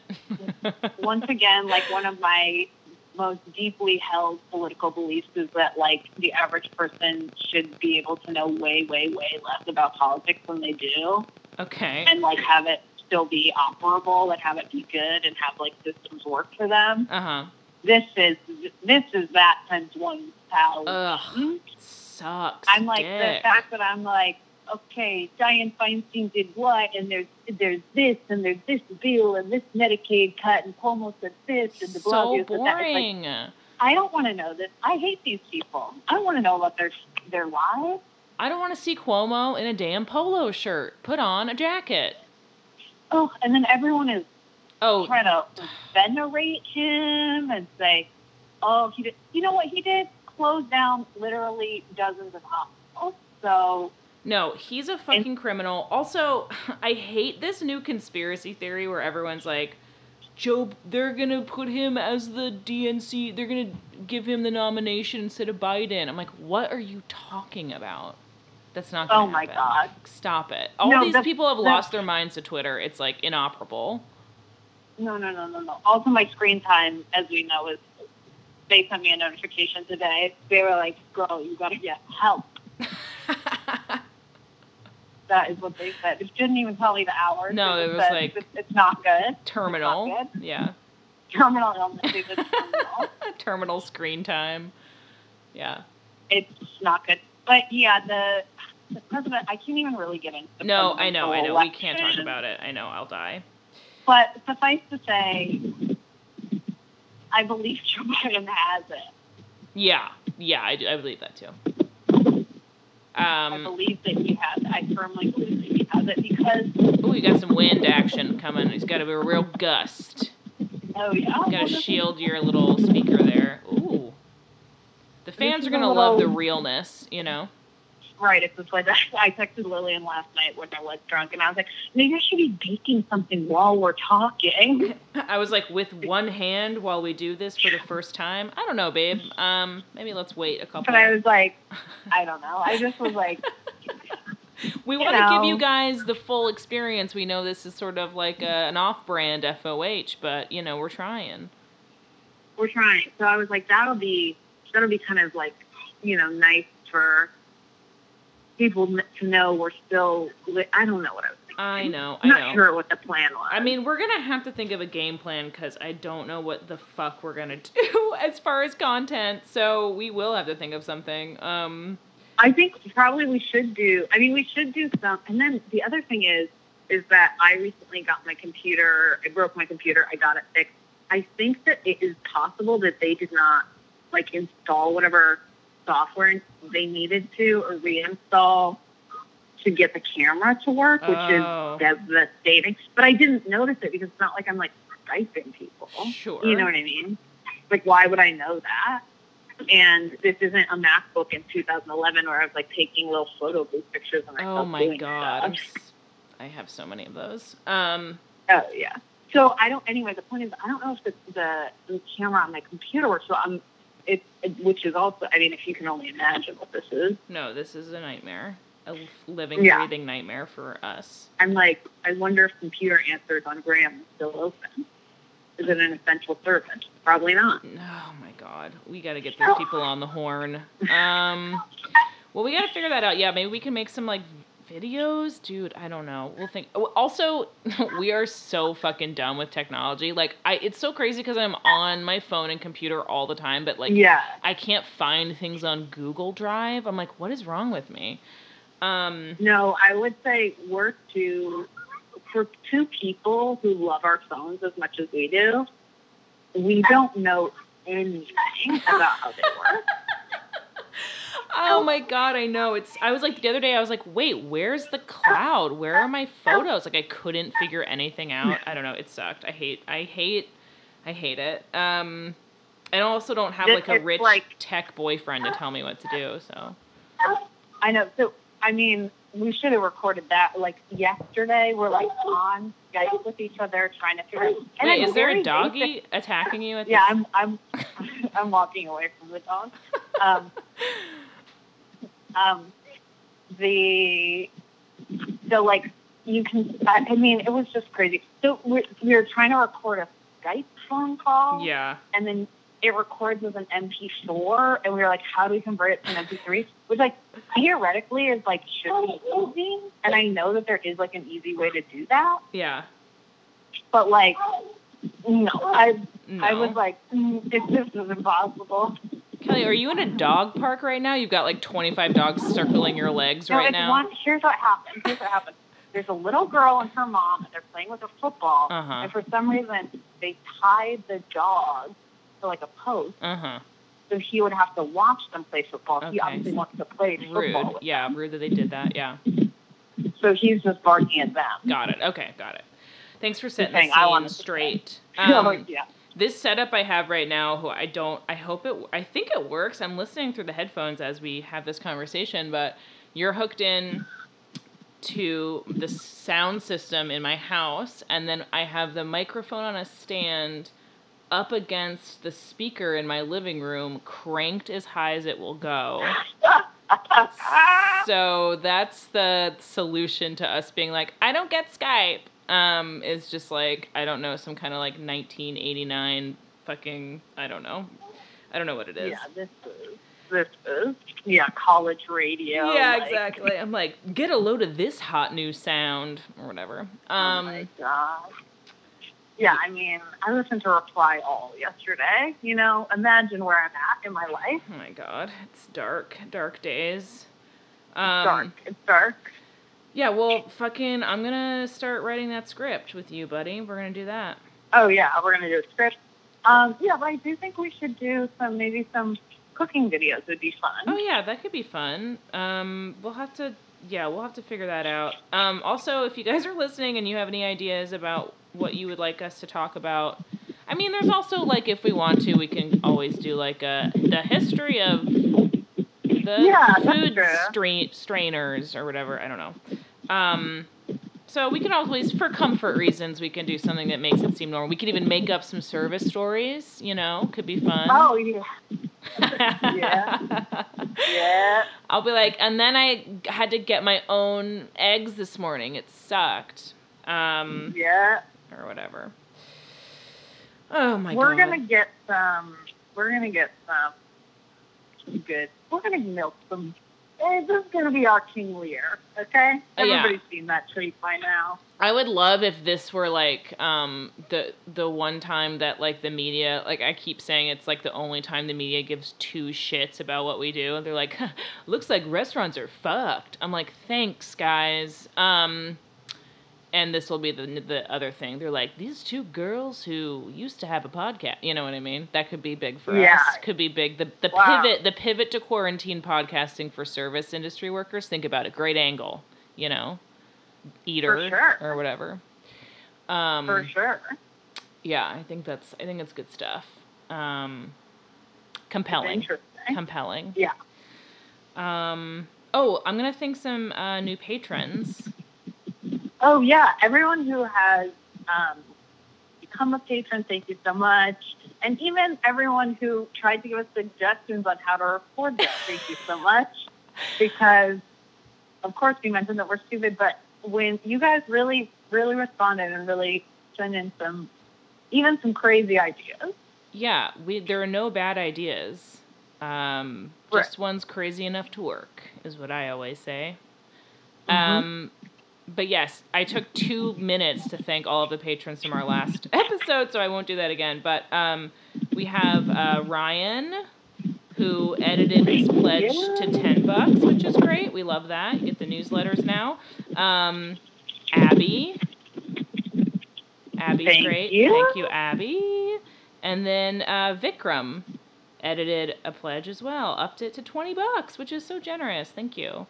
[SPEAKER 2] once again, like one of my most deeply held political beliefs is that like the average person should be able to know way, way, way less about politics than they do.
[SPEAKER 1] Okay.
[SPEAKER 2] and like have it still be operable and have it be good and have like systems work for them.
[SPEAKER 1] Uh huh.
[SPEAKER 2] This is this is that times one
[SPEAKER 1] Ugh.
[SPEAKER 2] thousand.
[SPEAKER 1] Sucks.
[SPEAKER 2] Mm-hmm. I'm like the
[SPEAKER 1] dick.
[SPEAKER 2] fact that I'm like, okay, Diane Feinstein did what, and there's there's this and there's this bill and this Medicaid cut and Cuomo said this and the blah
[SPEAKER 1] so
[SPEAKER 2] blah blah. That. It's like,
[SPEAKER 1] boring.
[SPEAKER 2] I don't want to know this. I hate these people. I want to know about their their lives.
[SPEAKER 1] I don't want to see Cuomo in a damn polo shirt. Put on a jacket.
[SPEAKER 2] Oh, and then everyone is
[SPEAKER 1] Oh,
[SPEAKER 2] trying to venerate him and say, "Oh, he did." You know what he did? Close down literally dozens of hospitals. So
[SPEAKER 1] No, he's a fucking criminal. Also, I hate this new conspiracy theory where everyone's like, Joe, they're gonna put him as the DNC, they're gonna give him the nomination instead of Biden. I'm like, what are you talking about? That's not gonna
[SPEAKER 2] Oh my
[SPEAKER 1] happen.
[SPEAKER 2] God.
[SPEAKER 1] Stop it. All
[SPEAKER 2] No,
[SPEAKER 1] these
[SPEAKER 2] the-
[SPEAKER 1] people have
[SPEAKER 2] the-
[SPEAKER 1] lost their minds to Twitter. It's like inoperable.
[SPEAKER 2] no, no, no, no, no. Also, my screen time, as we know, is they sent me a notification today. They were like, "Girl, you gotta get help." That is what they said. It didn't even tell me the hours.
[SPEAKER 1] No,
[SPEAKER 2] just
[SPEAKER 1] it was
[SPEAKER 2] said,
[SPEAKER 1] like-
[SPEAKER 2] "It's- it's not good.
[SPEAKER 1] Terminal.
[SPEAKER 2] It's not
[SPEAKER 1] Yeah.
[SPEAKER 2] Terminal illness. is a terminal.
[SPEAKER 1] Terminal screen time. Yeah.
[SPEAKER 2] it's not good. But yeah, the the president. I can't even really get into. The
[SPEAKER 1] No, I know, I know. We can't talk
[SPEAKER 2] it.
[SPEAKER 1] about it. I know, I'll die.
[SPEAKER 2] But suffice to say, I believe Joe Biden has it.
[SPEAKER 1] Yeah, yeah, I, do- I believe that too.
[SPEAKER 2] I
[SPEAKER 1] Um,
[SPEAKER 2] believe that he has it. I firmly believe that he has it because,
[SPEAKER 1] oh, you got some wind action coming. It's got to be a real gust.
[SPEAKER 2] oh yeah.
[SPEAKER 1] You got to shield your little speaker there. Ooh, the fans
[SPEAKER 2] is
[SPEAKER 1] are
[SPEAKER 2] a
[SPEAKER 1] gonna love the
[SPEAKER 2] little-
[SPEAKER 1] realness, you know.
[SPEAKER 2] Right, it's just like I texted Lillian last night when I was drunk, and I was like, maybe I should be baking something while we're talking.
[SPEAKER 1] I was like, with one hand while we do this for the first time. I don't know, babe. Um, maybe let's wait a couple.
[SPEAKER 2] But I was like, I don't know. I just was like,
[SPEAKER 1] we
[SPEAKER 2] you
[SPEAKER 1] want to give
[SPEAKER 2] know.
[SPEAKER 1] you guys the full experience. We know this is sort of like a, an off-brand FOH, but you know we're trying.
[SPEAKER 2] we're trying. So I was like, that'll be that'll be kind of like, you know, nice for people n- to know we're still. Li- I don't know what I was thinking.
[SPEAKER 1] I know. I
[SPEAKER 2] I'm
[SPEAKER 1] know.
[SPEAKER 2] not sure what the plan was.
[SPEAKER 1] I mean, we're gonna have to think of a game plan because I don't know what the fuck we're gonna do as far as content. So we will have to think of something. Um,
[SPEAKER 2] I think probably we should do. I mean, we should do some. And then the other thing is, is that I recently got my computer. I broke my computer. I got it fixed. I think that it is possible that they did not like install whatever software they needed to or reinstall to get the camera to work, which
[SPEAKER 1] Oh.
[SPEAKER 2] is devastating. But I didn't notice it because it's not like I'm like skyping people.
[SPEAKER 1] sure.
[SPEAKER 2] You know what I mean? Like, why would I know that? And this isn't a MacBook in 2011 where I was like taking little photo booth pictures and myself
[SPEAKER 1] oh my
[SPEAKER 2] doing
[SPEAKER 1] god, I'm
[SPEAKER 2] stuff.
[SPEAKER 1] s- I have so many of those. Um,
[SPEAKER 2] Oh yeah. So I don't. Anyway, the point is, I don't know if the the, the camera on my computer works. So I'm. It, it- which is also. I mean, if you can only imagine what this is.
[SPEAKER 1] no, this is a nightmare, a l- living,
[SPEAKER 2] Yeah.
[SPEAKER 1] breathing nightmare for us.
[SPEAKER 2] I'm like, I wonder if computer answers on Graham is still open. Is it an essential service? Probably not.
[SPEAKER 1] Oh my god, we gotta get those people on the horn. Um, well, we gotta figure that out. Yeah, maybe we can make some like videos, dude. I don't know. We'll think. oh, Also, we are so fucking dumb with technology. Like, I it's so crazy because I'm on my phone and computer all the time, but like,
[SPEAKER 2] yeah.
[SPEAKER 1] I can't find things on Google Drive. I'm like, what is wrong with me? Um,
[SPEAKER 2] No, I would say we're two for two people who love our phones as much as we do. We don't know anything about how they work.
[SPEAKER 1] Oh my god, I know. It's I was like the other day I was like, "Wait, where's the cloud? Where are my photos?" Like I couldn't figure anything out. I don't know. It sucked. I hate I hate I hate it. Um and I also don't have like a
[SPEAKER 2] It's
[SPEAKER 1] rich
[SPEAKER 2] like-
[SPEAKER 1] tech boyfriend to tell me what to do, so.
[SPEAKER 2] I know. So I mean, we should have recorded that like yesterday. We're like on Skype with each other trying to figure. out. and
[SPEAKER 1] Wait,
[SPEAKER 2] I'm
[SPEAKER 1] is there
[SPEAKER 2] very
[SPEAKER 1] a doggy
[SPEAKER 2] basic-
[SPEAKER 1] attacking you at
[SPEAKER 2] Yeah,
[SPEAKER 1] this?
[SPEAKER 2] I'm I'm I'm walking away from the dog. Um, um, the so like you can. I I mean, it was just crazy. So we we were trying to record a Skype phone call,
[SPEAKER 1] yeah.
[SPEAKER 2] and then it records as an MP4, and we were like, how do we convert it to an MP3? Which like theoretically is like should be easy, and I know that there is like an easy way to do that,
[SPEAKER 1] Yeah.
[SPEAKER 2] but like. No, I
[SPEAKER 1] No.
[SPEAKER 2] I was like, mm, it just is impossible.
[SPEAKER 1] Kelly, are you in a dog park right now? You've got like 25 dogs circling your legs
[SPEAKER 2] No,
[SPEAKER 1] right
[SPEAKER 2] it's
[SPEAKER 1] now.
[SPEAKER 2] one. Here's what happened. Here's what happened. There's a little girl and her mom, and they're playing with a football.
[SPEAKER 1] Uh-huh.
[SPEAKER 2] And for some reason, they tied the dog to like a post,
[SPEAKER 1] Uh-huh.
[SPEAKER 2] so he would have to watch them play football.
[SPEAKER 1] Okay.
[SPEAKER 2] He obviously wants to play
[SPEAKER 1] Rude.
[SPEAKER 2] football. with
[SPEAKER 1] Yeah, rude that they did that. Yeah.
[SPEAKER 2] them. So he's just barking at them.
[SPEAKER 1] Got it. Okay, got it. Thanks for setting
[SPEAKER 2] saying,
[SPEAKER 1] the
[SPEAKER 2] I
[SPEAKER 1] scene
[SPEAKER 2] wanna-
[SPEAKER 1] straight.
[SPEAKER 2] So,
[SPEAKER 1] Um,
[SPEAKER 2] yeah.
[SPEAKER 1] this setup I have right now, who I don't, I hope it, I think it works. I'm listening through the headphones as we have this conversation, but you're hooked in to the sound system in my house, and then I have the microphone on a stand up against the speaker in my living room, cranked as high as it will go.
[SPEAKER 2] Ah!
[SPEAKER 1] So that's the solution to us being like, I don't get Skype. Um, is just like I don't know some kind of like 1989 fucking I don't know, I don't know what it is.
[SPEAKER 2] Yeah, this is this is yeah, college radio.
[SPEAKER 1] Yeah,
[SPEAKER 2] like,
[SPEAKER 1] exactly. I'm like, get a load of this hot new sound or whatever.
[SPEAKER 2] oh
[SPEAKER 1] Um,
[SPEAKER 2] my God. Yeah, I mean, I listened to Reply All yesterday. You know, imagine where I'm at in my life.
[SPEAKER 1] oh my god, it's dark, dark days.
[SPEAKER 2] It's
[SPEAKER 1] Um,
[SPEAKER 2] dark. It's dark.
[SPEAKER 1] Yeah, well, fucking, I'm gonna start writing that script with you, buddy. We're gonna do that.
[SPEAKER 2] Oh yeah, we're gonna do a script. Um, yeah, but I do think we should do some maybe some cooking videos would be fun.
[SPEAKER 1] Oh yeah, that could be fun. Um, we'll have to yeah, we'll have to figure that out. Um, also, if you guys are listening and you have any ideas about what you would like us to talk about, I mean, there's also like if we want to, we can always do like a the history of the
[SPEAKER 2] Yeah, that's
[SPEAKER 1] food
[SPEAKER 2] true.
[SPEAKER 1] stra- strainers or whatever. I don't know. Um, so we can always, for comfort reasons, we can do something that makes it seem normal. We could even make up some service stories. You know, could be fun.
[SPEAKER 2] Oh, yeah, Yeah. yeah.
[SPEAKER 1] I'll be like, and then I had to get my own eggs this morning. It sucked. Um,
[SPEAKER 2] Yeah.
[SPEAKER 1] or whatever. Oh my
[SPEAKER 2] we're
[SPEAKER 1] god.
[SPEAKER 2] gonna get some we're gonna get some some good we're gonna milk some Hey, this is gonna be our King Lear, okay?
[SPEAKER 1] Oh, yeah.
[SPEAKER 2] Everybody's seen that treat by now.
[SPEAKER 1] I would love if this were like um, the the one time that like the media like I keep saying it's like the only time the media gives two shits about what we do. They're like, looks like restaurants are fucked. I'm like, thanks guys. Um, and this will be the the other thing. They're like these two girls who used to have a podcast. You know what I mean? That could be big for
[SPEAKER 2] Yeah.
[SPEAKER 1] us. Could be big. The the
[SPEAKER 2] Wow.
[SPEAKER 1] pivot the pivot to quarantine podcasting for service industry workers. Think about it. Great angle. You know eater
[SPEAKER 2] sure.
[SPEAKER 1] or whatever. Um,
[SPEAKER 2] For sure.
[SPEAKER 1] Yeah, I think that's I think it's good stuff. Um,
[SPEAKER 2] It's
[SPEAKER 1] compelling,
[SPEAKER 2] interesting.
[SPEAKER 1] compelling.
[SPEAKER 2] Yeah.
[SPEAKER 1] Um, oh, I'm gonna thank some uh, new patrons.
[SPEAKER 2] Oh yeah. Everyone who has um, become a patron, thank you so much. And even everyone who tried to give us suggestions on how to record this, thank you so much. Because of course we mentioned that we're stupid, but when you guys really, really responded and really sent in some even some crazy ideas.
[SPEAKER 1] Yeah, we there are no bad ideas. Um,
[SPEAKER 2] Right.
[SPEAKER 1] Just one's crazy enough to work is what I always say.
[SPEAKER 2] Mhm.
[SPEAKER 1] Um, but yes, I took two minutes to thank all of the patrons from our last episode, so I won't do that again. But um, we have uh, Ryan, who edited his pledge to 10 bucks, which is great. We love that. You get the newsletters now. Um, Abby. Abby's
[SPEAKER 2] Thank
[SPEAKER 1] great.
[SPEAKER 2] you.
[SPEAKER 1] Thank you, Abby. And then uh, Vikram edited a pledge as well, upped it to 20 bucks, which is so generous. Thank you.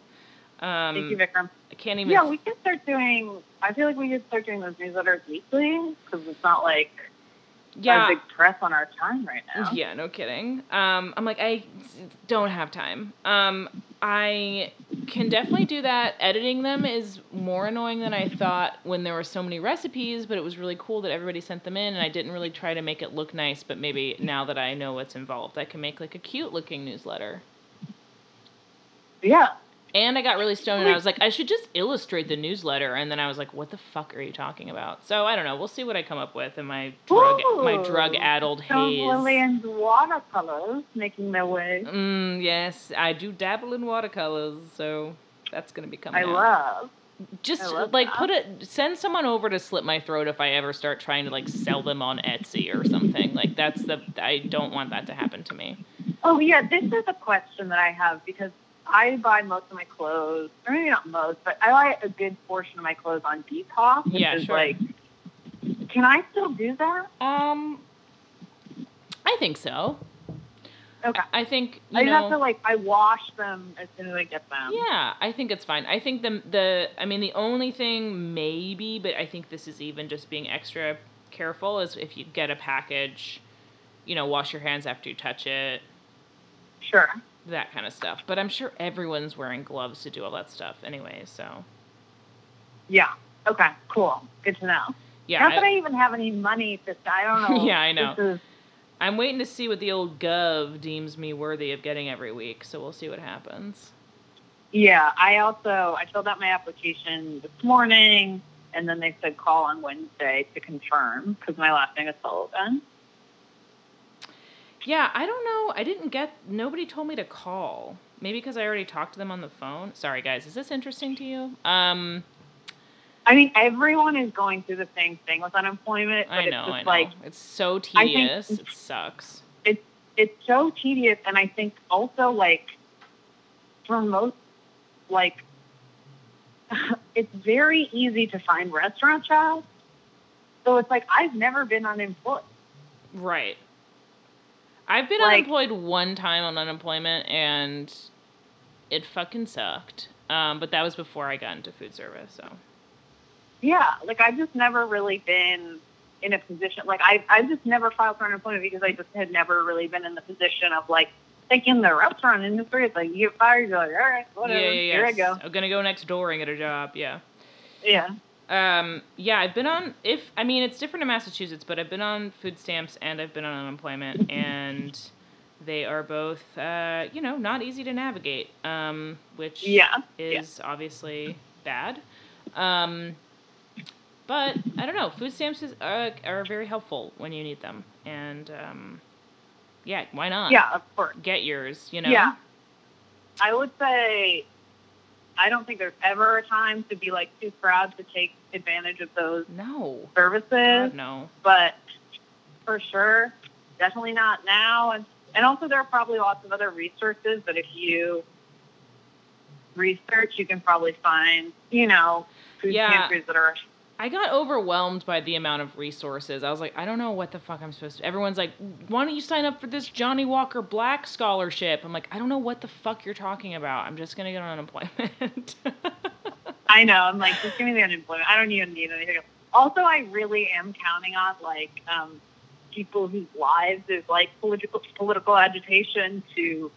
[SPEAKER 1] Um,
[SPEAKER 2] Thank you, Vikram.
[SPEAKER 1] I can't even.
[SPEAKER 2] Yeah, we can start doing. I feel like we could start doing those newsletters weekly because it's not like
[SPEAKER 1] yeah.
[SPEAKER 2] a big press on our time right now.
[SPEAKER 1] Yeah, no kidding. Um, I'm like, I don't have time. Um, I can definitely do that. Editing them is more annoying than I thought when there were so many recipes, but it was really cool that everybody sent them in, and I didn't really try to make it look nice. But maybe now that I know what's involved, I can make like a cute looking newsletter.
[SPEAKER 2] Yeah.
[SPEAKER 1] And I got really stoned, and I was like, I should just illustrate the newsletter. And then I was like, What the fuck are you talking about? So I don't know. We'll see what I come up with in my drug, my
[SPEAKER 2] Ooh.
[SPEAKER 1] drug addled
[SPEAKER 2] Some
[SPEAKER 1] haze.
[SPEAKER 2] Lillian's watercolors making their way.
[SPEAKER 1] Mm, yes, I do dabble in watercolors, so that's gonna be coming.
[SPEAKER 2] I
[SPEAKER 1] out.
[SPEAKER 2] love.
[SPEAKER 1] Just
[SPEAKER 2] I love
[SPEAKER 1] like
[SPEAKER 2] that.
[SPEAKER 1] put a send someone over to slit my throat if I ever start trying to like sell them on Etsy or something. Like that's the I don't want that to happen to me.
[SPEAKER 2] Oh yeah, this is a question that I have because I buy most of my clothes, or maybe not most, but I buy a good portion of my clothes on Depop. Which
[SPEAKER 1] Yeah,
[SPEAKER 2] is
[SPEAKER 1] sure.
[SPEAKER 2] Like, can I still do that?
[SPEAKER 1] Um, I think so.
[SPEAKER 2] Okay.
[SPEAKER 1] I think you
[SPEAKER 2] I just
[SPEAKER 1] know,
[SPEAKER 2] have to like I wash them as soon as I get them.
[SPEAKER 1] Yeah, I think it's fine. I think the the I mean the only thing maybe, but I think this is even just being extra careful is if you get a package, you know, wash your hands after you touch it,
[SPEAKER 2] Sure.
[SPEAKER 1] that kind of stuff. But I'm sure everyone's wearing gloves to do all that stuff anyway, so
[SPEAKER 2] Yeah. Okay. Cool. Good to know.
[SPEAKER 1] yeah.
[SPEAKER 2] Not
[SPEAKER 1] I-
[SPEAKER 2] that I even have any money to. I don't know.
[SPEAKER 1] Yeah, I know.
[SPEAKER 2] This is,
[SPEAKER 1] I'm waiting to see what the old gov deems me worthy of getting every week, so we'll see what happens.
[SPEAKER 2] yeah. I also I filled out my application this morning, and then they said call on Wednesday to confirm because my last name is Sullivan.
[SPEAKER 1] Yeah, I don't know. I didn't get nobody told me to call. Maybe because I already talked to them on the phone. Sorry guys, is this interesting to you? Um
[SPEAKER 2] I mean, everyone is going through the same thing with unemployment, but
[SPEAKER 1] I know,
[SPEAKER 2] it's just
[SPEAKER 1] I know.
[SPEAKER 2] like
[SPEAKER 1] it's so
[SPEAKER 2] I think-
[SPEAKER 1] tedious. it sucks.
[SPEAKER 2] it's so tedious and I think also like for most like it's very easy to find restaurant jobs. So it's like I've never been unemployed.
[SPEAKER 1] Right. I've been
[SPEAKER 2] Like-
[SPEAKER 1] unemployed one time on unemployment and it fucking sucked. Um, but that was before I got into food service, so
[SPEAKER 2] Yeah. Like I've just never really been in a position like I I've just never filed for unemployment because I just had never really been in the position of like like in the restaurant industry, it's like you get fired, you're like, All right, whatever,
[SPEAKER 1] yeah, yeah, yeah.
[SPEAKER 2] here I go.
[SPEAKER 1] I'm gonna go next door and get a job, yeah.
[SPEAKER 2] Yeah.
[SPEAKER 1] Um, yeah, I've been on if I mean it's different in Massachusetts, but I've been on food stamps and I've been on unemployment, and they are both uh, you know not easy to navigate, um, which
[SPEAKER 2] Yeah. yeah.
[SPEAKER 1] is obviously bad. Um, but I don't know, food stamps is, uh, are very helpful when you need them, and um, yeah, why not?
[SPEAKER 2] Yeah, of course.
[SPEAKER 1] get yours, you know.
[SPEAKER 2] Yeah. I would say I don't think there's ever a time to be like too proud to take advantage of those
[SPEAKER 1] No.
[SPEAKER 2] services,
[SPEAKER 1] God, no.
[SPEAKER 2] but for sure, definitely not now. And and also there are probably lots of other resources that if you research, you can probably find you know food
[SPEAKER 1] Yeah.
[SPEAKER 2] pantries that are
[SPEAKER 1] I got overwhelmed by the amount of resources. I was like, I don't know what the fuck I'm supposed to. Everyone's like, why don't you sign up for this Johnny Walker Black scholarship? I'm like, I don't know what the fuck you're talking about. I'm just gonna get on unemployment.
[SPEAKER 2] I know. I'm like, just give me the unemployment. I don't even need anything. else. Also, I really am counting on like um, people whose lives is like political political agitation to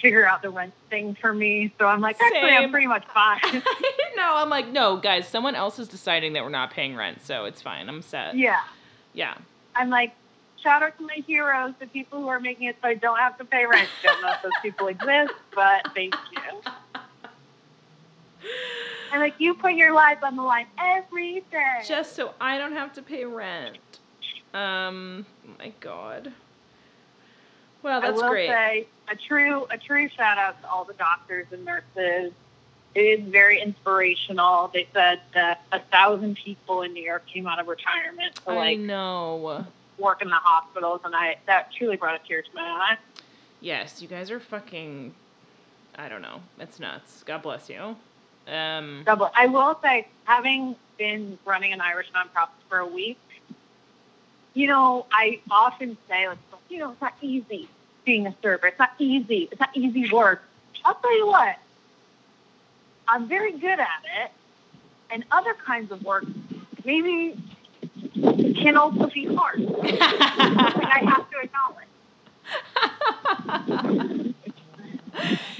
[SPEAKER 2] figure out the rent thing for me. So I'm like, actually,
[SPEAKER 1] Same.
[SPEAKER 2] I'm pretty much fine.
[SPEAKER 1] no, I'm like, no, guys, someone else is deciding that we're not paying rent, so it's fine. I'm set.
[SPEAKER 2] yeah,
[SPEAKER 1] Yeah.
[SPEAKER 2] I'm like, shout out to my heroes, the people who are making it so I don't have to pay rent. Don't know if those people exist, but thank you. I'm like, you put your lives on the line every day.
[SPEAKER 1] Just so I don't have to pay rent. Um, my God. Well, oh, that's
[SPEAKER 2] I will
[SPEAKER 1] great.
[SPEAKER 2] say a true a true shout out to all the doctors and nurses. It is very inspirational. They said that a thousand people in New York came out of retirement to
[SPEAKER 1] I
[SPEAKER 2] like
[SPEAKER 1] know.
[SPEAKER 2] work in the hospitals, and I that truly brought a tear to my eye.
[SPEAKER 1] Yes, you guys are fucking. I don't know. It's nuts. God bless you. Um,
[SPEAKER 2] Double. I will say, having been running an Irish nonprofit for a week, you know, I often say, like, you know, it's not easy being a server. It's not easy. It's not easy work. I'll tell you what, I'm very good at it, and other kinds of work maybe can also be hard. Like, I have to acknowledge.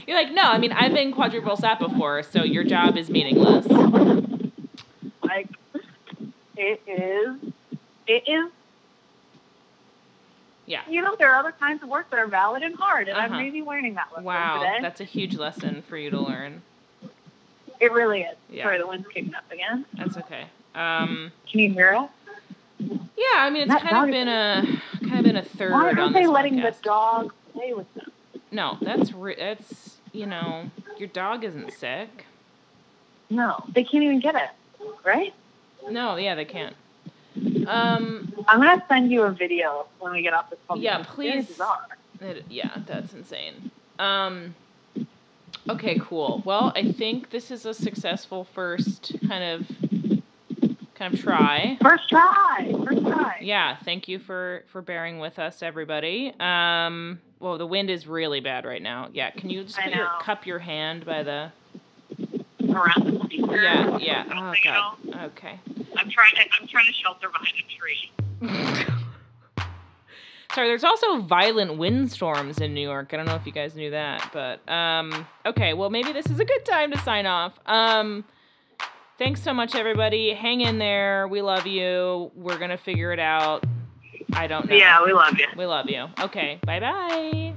[SPEAKER 1] you're like, no, I mean, I've been quadruple sat before, so your job is meaningless.
[SPEAKER 2] Like, it is, it is
[SPEAKER 1] Yeah.
[SPEAKER 2] you know, there are other kinds of work that are valid and hard, and
[SPEAKER 1] Uh-huh.
[SPEAKER 2] I'm really learning that lesson
[SPEAKER 1] Wow,
[SPEAKER 2] today.
[SPEAKER 1] that's a huge lesson for you to learn.
[SPEAKER 2] It really is.
[SPEAKER 1] Yeah.
[SPEAKER 2] Sorry, the wind's kicking up again.
[SPEAKER 1] That's okay. Um,
[SPEAKER 2] Can you hear it?
[SPEAKER 1] yeah, I mean, it's
[SPEAKER 2] That-
[SPEAKER 1] kind
[SPEAKER 2] that
[SPEAKER 1] of
[SPEAKER 2] is-
[SPEAKER 1] been a kind of been a third
[SPEAKER 2] Why
[SPEAKER 1] on
[SPEAKER 2] aren't
[SPEAKER 1] this
[SPEAKER 2] they letting
[SPEAKER 1] podcast.
[SPEAKER 2] the dog play with them?
[SPEAKER 1] No, that's re- that's you know, your dog isn't sick.
[SPEAKER 2] No, they can't even get it, right?
[SPEAKER 1] No, yeah, they can't. Um,
[SPEAKER 2] I'm gonna send you a video when we get off this phone.
[SPEAKER 1] Yeah,
[SPEAKER 2] It's
[SPEAKER 1] please.
[SPEAKER 2] bizarre.
[SPEAKER 1] It, yeah, that's insane. Um, okay, cool. Well, I think this is a successful first kind of kind of try.
[SPEAKER 2] First try. First try.
[SPEAKER 1] Yeah, thank you for for bearing with us, everybody. Um, well, the wind is really bad right now. Yeah, can you just
[SPEAKER 2] I
[SPEAKER 1] put your,
[SPEAKER 2] know.
[SPEAKER 1] cup your hand by the?
[SPEAKER 2] Around the speaker.
[SPEAKER 1] Yeah, yeah. Oh
[SPEAKER 2] You know,
[SPEAKER 1] god. Okay.
[SPEAKER 2] I'm trying. To, I'm trying to shelter behind a tree.
[SPEAKER 1] Sorry, there's also violent windstorms in New York. I don't know if you guys knew that, but um, okay, well, maybe this is a good time to sign off. Um, thanks so much, everybody. Hang in there. We love you. We're going to figure it out. I don't know.
[SPEAKER 2] Yeah, we love you.
[SPEAKER 1] We love you. Okay, bye bye.